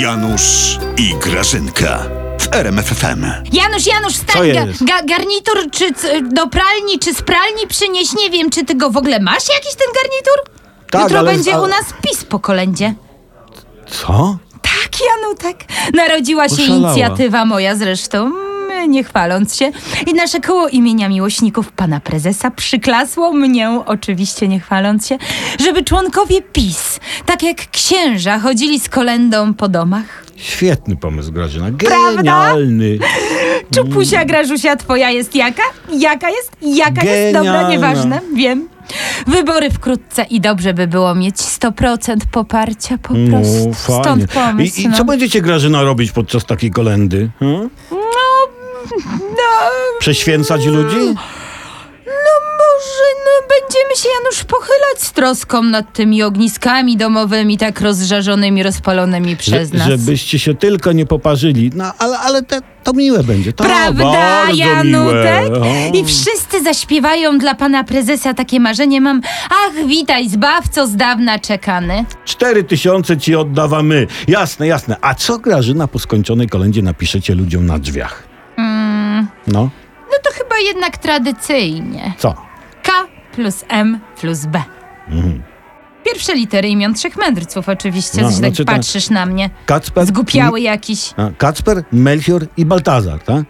Janusz i Grażynka w RMFFM. Janusz, Janusz, Co stań, ga, jest? ga, garnitur czy c, do pralni, czy z pralni przynieś, nie wiem, czy ty go w ogóle masz jakiś ten garnitur? Tak, Jutro ale- będzie ale- u nas pis po kolędzie. Co? Tak, Janutek. Narodziła się Oszalała. inicjatywa moja zresztą, mm, nie chwaląc się. I nasze koło imienia miłośników pana prezesa przyklasło mnie, oczywiście nie chwaląc się, żeby członkowie PiS, tak jak księża, chodzili z kolendą po domach. Świetny pomysł, Grażyna. Genialny. Mm. Czupusia, Grażusia, twoja jest jaka? Jaka jest? Jaka jest? Dobra, Genialna. nieważne, wiem. Wybory wkrótce i dobrze by było mieć 100% poparcia po prostu. Stąd pomysł. No, I, I no. co będziecie, Grażyna, robić podczas takiej kolendy? Hmm? no, Prześwięcać ludzi? no może no, będziemy się, Janusz, pochylać z troską nad tymi ogniskami domowymi, tak rozżarzonymi, rozpalonymi przez Że- nas. Żebyście się tylko nie poparzyli. No, ale, ale te, to miłe będzie. To Prawda, bardzo Janutek? Miłe. O. I wszyscy zaśpiewają dla pana prezesa takie marzenie mam. Ach, witaj, zbawco z dawna czekany. Cztery tysiące ci oddawamy. Jasne, jasne. A co, Grażyna, po skończonej kolendzie napiszecie ludziom na drzwiach? No, No to chyba jednak tradycyjnie. co? K plus M plus B. Pierwsze litery imion trzech mędrców oczywiście, Mhm. No, że tak znaczy tak. patrzysz na mnie. Kacper? Zgupiały jakiś. A, Kacper, Melchior i Baltazar, tak?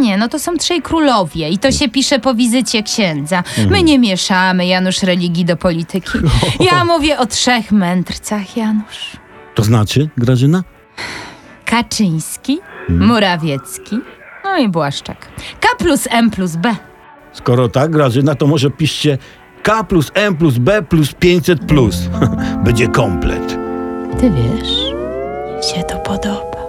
Nie, no to są trzej królowie i to się pisze po wizycie księdza. My Mhm. nie mieszamy, Janusz, religii do polityki. Ja mówię o trzech mędrcach, Janusz. To znaczy, Grażyna? Kaczyński, Mhm. Morawiecki, no i Błaszczak. K plus M plus B. Skoro tak, Grażyna, to może piszcie K plus M plus B plus 500 plus. Będzie komplet. Ty wiesz, mi się to podoba.